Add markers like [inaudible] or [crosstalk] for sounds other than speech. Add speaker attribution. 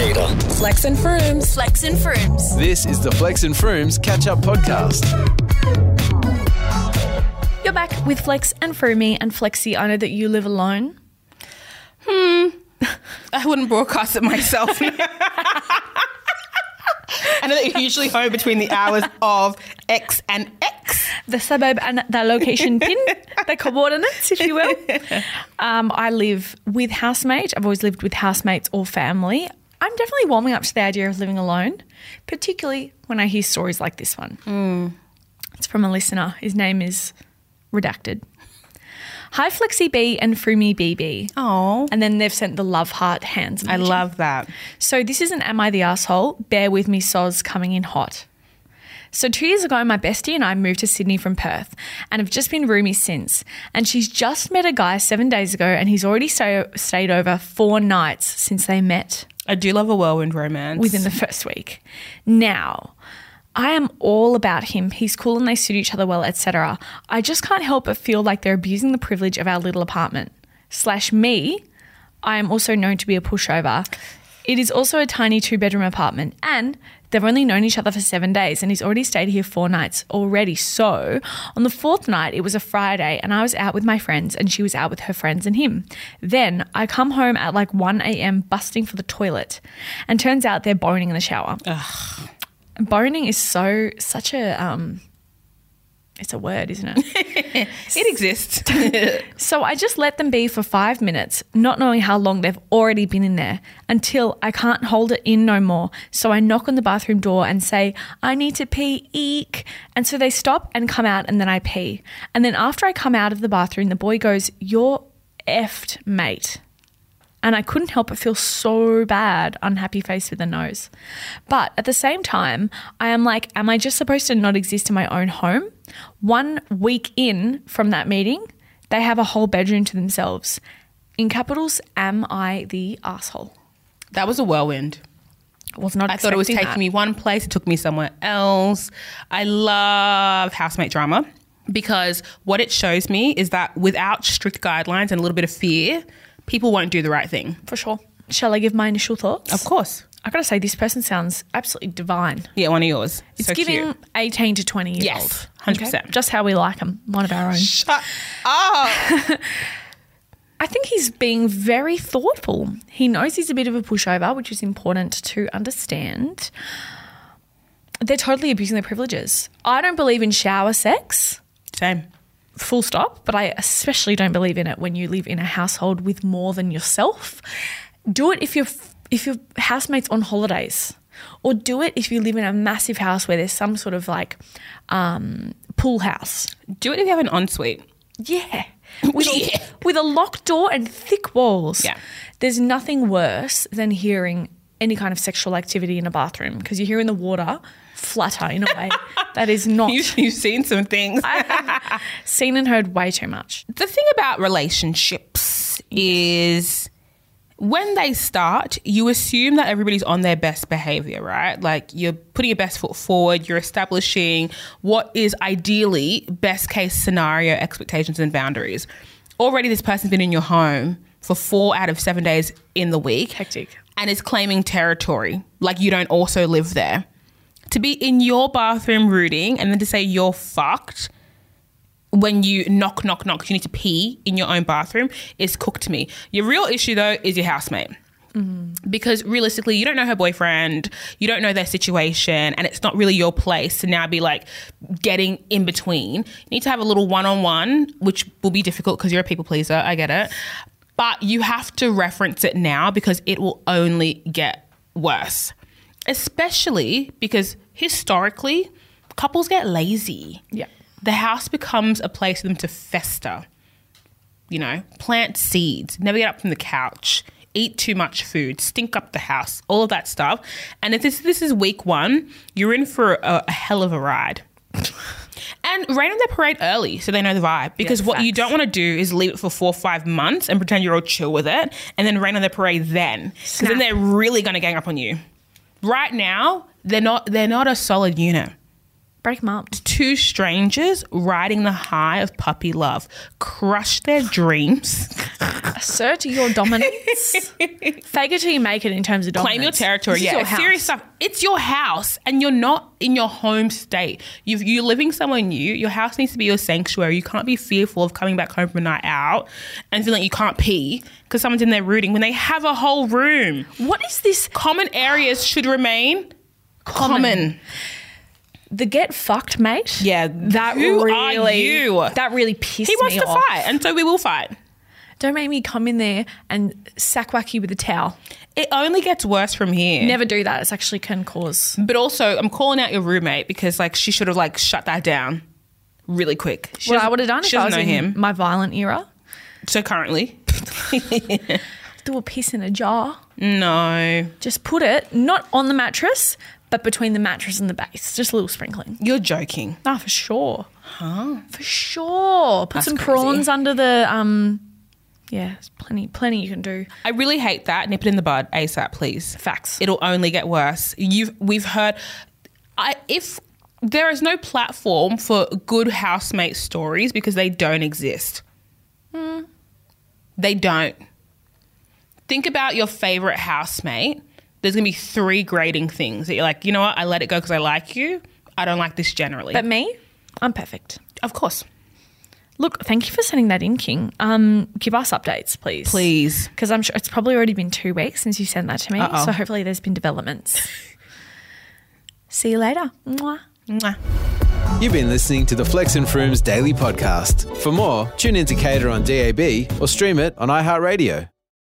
Speaker 1: Flex and Frooms.
Speaker 2: Flex and Frooms.
Speaker 3: This is the Flex and Frooms Catch Up Podcast.
Speaker 2: You're back with Flex and Froomy and Flexi. I know that you live alone.
Speaker 4: I wouldn't broadcast it myself. I know that you're usually home between the hours of X and X.
Speaker 2: The suburb and the
Speaker 4: [laughs]
Speaker 2: location pin, the coordinates, if you will. Um, I live with housemate. I've always lived with housemates or family. I'm definitely warming up to the idea of living alone, particularly when I hear stories like this one.
Speaker 4: Hmm.
Speaker 2: It's from a listener. His name is Redacted. Hi, Flexi B and Froomy BB.
Speaker 4: Oh,
Speaker 2: And then they've sent the love heart hands.
Speaker 4: I
Speaker 2: emoji.
Speaker 4: love that.
Speaker 2: So this isn't Am I the Asshole? Bear with me, Soz coming in hot. So two years ago, my bestie and I moved to Sydney from Perth and have just been roomies since. And she's just met a guy seven days ago and he's already so, stayed over four nights since they met
Speaker 4: I do love a whirlwind romance.
Speaker 2: within the first week. Now, I am all about him. He's cool and they suit each other well, etc. I just can't help but feel like they're abusing the privilege of our little apartment. Slash me, I am also known to be a pushover. It is also a tiny two bedroom apartment and they've only known each other for seven days and he's already stayed here four nights already. So on the fourth night, it was a Friday and I was out with my friends and she was out with her friends and him. Then I come home at like 1 a.m. busting for the toilet and turns out they're boning in the shower. Boning is so such a um it's a word, isn't it?
Speaker 4: it
Speaker 2: [laughs]
Speaker 4: exists.
Speaker 2: so I just let them be for five minutes, not knowing how long they've already been in there, until I can't hold it in no more. So I knock on the bathroom door and say, I need to pee, eek. And so they stop and come out, and then I pee. And then after I come out of the bathroom, the boy goes, You're effed, mate and I couldn't help but feel so bad, unhappy face with a nose. But at the same time, I am like, am I just supposed to not exist in my own home? One week in from that meeting, they have a whole bedroom to themselves. In capitals, am I the asshole?
Speaker 4: that was a whirlwind.
Speaker 2: Was not.
Speaker 4: I thought it was
Speaker 2: expecting
Speaker 4: taking
Speaker 2: that.
Speaker 4: me one place, it took me somewhere else. I love housemate drama because what it shows me is that without strict guidelines and a little bit of fear, people won't do the right thing.
Speaker 2: for sure. Shall I give my initial thoughts?
Speaker 4: Of course.
Speaker 2: I gotta say, this person sounds absolutely divine.
Speaker 4: Yeah, one of yours.
Speaker 2: It's
Speaker 4: So cute.
Speaker 2: giving eighteen to twenty years
Speaker 4: Yes,
Speaker 2: old.
Speaker 4: 100%.
Speaker 2: Just how we like them. One of our own.
Speaker 4: Shut up.
Speaker 2: I think he's being very thoughtful. He knows he's a bit of a pushover, which is important to understand. They're totally abusing their privileges. I don't believe in shower sex,
Speaker 4: Same.
Speaker 2: full stop, but I especially don't believe in it when you live in a household with more than yourself. Do it if you're if your housemates on holidays. Or do it if you live in a massive house where there's some sort of like um, pool house.
Speaker 4: Do it if you have an ensuite. [laughs] [clears throat]
Speaker 2: Yeah. With,
Speaker 4: Yeah.
Speaker 2: A, with a locked door and thick walls.
Speaker 4: Yeah.
Speaker 2: There's nothing worse than hearing any kind of sexual activity in a bathroom because you're hearing the water flutter in a
Speaker 4: [laughs]
Speaker 2: way that is not
Speaker 4: You, you've seen some things.
Speaker 2: [laughs] seen and heard way too much.
Speaker 4: the thing about relationships is when they start, you assume that everybody's on their best behavior, right? Like you're putting your best foot forward, you're establishing what is ideally best case scenario expectations and boundaries. Already, this person's been in your home for four out of seven days in the week.
Speaker 2: Hectic.
Speaker 4: And is claiming territory, like you don't also live there. To be in your bathroom rooting and then to say you're fucked when you knock, knock, knock, you need to pee in your own bathroom is cooked to me. Your real issue though is your housemate. Because realistically, you don't know her boyfriend, you don't know their situation, and it's not really your place to now be like getting in between. You need to have a little one on one, which will be difficult because you're a people pleaser. I get it. But you have to reference it now because it will only get worse. Especially because historically, couples get lazy
Speaker 2: Yeah.
Speaker 4: the house becomes a place for them to fester. You know, plant seeds, never get up from the couch, eat too much food, stink up the house, all of that stuff. And if this this is week one, you're in for a, a hell of a
Speaker 2: [laughs]
Speaker 4: ride. And rain on their parade early so they know the vibe. Because what you
Speaker 2: facts.
Speaker 4: don't want to do is leave it for four or five months and pretend you're all chill with it and then rain on their parade then. Because
Speaker 2: Snap.
Speaker 4: then they're really going to gang up on you. Right now, they're not, they're not a solid unit
Speaker 2: Break them up.
Speaker 4: two strangers riding the high of puppy love, crush their dreams,
Speaker 2: assert your
Speaker 4: [laughs]
Speaker 2: dominance. Fake it till you make it in terms of dominance.
Speaker 4: Claim your territory.
Speaker 2: This is
Speaker 4: yeah,
Speaker 2: your house.
Speaker 4: serious stuff. It's your house, and you're not in your home state. You've, you're living somewhere new. Your house needs to be your sanctuary. You can't be fearful of coming back home from a night out and feeling you can't pee because someone's in there rooting when they have a whole room.
Speaker 2: What is this?
Speaker 4: Common areas should remain common.
Speaker 2: The get fucked, mate.
Speaker 4: Yeah,
Speaker 2: that
Speaker 4: who are
Speaker 2: really.
Speaker 4: you?
Speaker 2: That really pissed me
Speaker 4: He wants to
Speaker 2: off.
Speaker 4: fight, and so we will fight.
Speaker 2: Don't make me come in there and sack whack you with a towel.
Speaker 4: It only gets worse from here.
Speaker 2: Never do that. It's actually can cause.
Speaker 4: But also, I'm calling out your roommate because like she should have like shut that down really quick. She
Speaker 2: What I
Speaker 4: doesn't-
Speaker 2: would have done
Speaker 4: She
Speaker 2: if I was
Speaker 4: doesn't
Speaker 2: in
Speaker 4: know him.
Speaker 2: my violent era.
Speaker 4: So currently,
Speaker 2: Do a piss in a jar.
Speaker 4: no,
Speaker 2: Just put it not on the mattress, but between the mattress and the base. Just a little sprinkling.
Speaker 4: you're joking.
Speaker 2: Ah, for sure. Huh? For sure. Put
Speaker 4: That's
Speaker 2: some
Speaker 4: crazy.
Speaker 2: prawns under the um. Yeah, there's plenty, plenty you can do.
Speaker 4: I really hate that. Nip it in the bud ASAP, please.
Speaker 2: Facts.
Speaker 4: It'll only get worse. You've we've heard. I if there is no platform for good housemate stories because they don't exist. Hmm. They don't. Think about your favorite housemate. There's gonna be three grading things that you're like, you know what? I let it go because I like you. I don't like this generally.
Speaker 2: But me, I'm perfect.
Speaker 4: of course,
Speaker 2: Look, thank you for sending that in, King. Um, give us updates, please.
Speaker 4: please.
Speaker 2: Because I'm sure it's probably already been two weeks since you sent that to me.
Speaker 4: Uh-oh.
Speaker 2: So hopefully there's been developments. See you later. Mwah.
Speaker 4: Mwah.
Speaker 3: You've been listening to the Flex and Frooms Daily Podcast. For more, tune into Cater on DAB or stream it on iHeartRadio.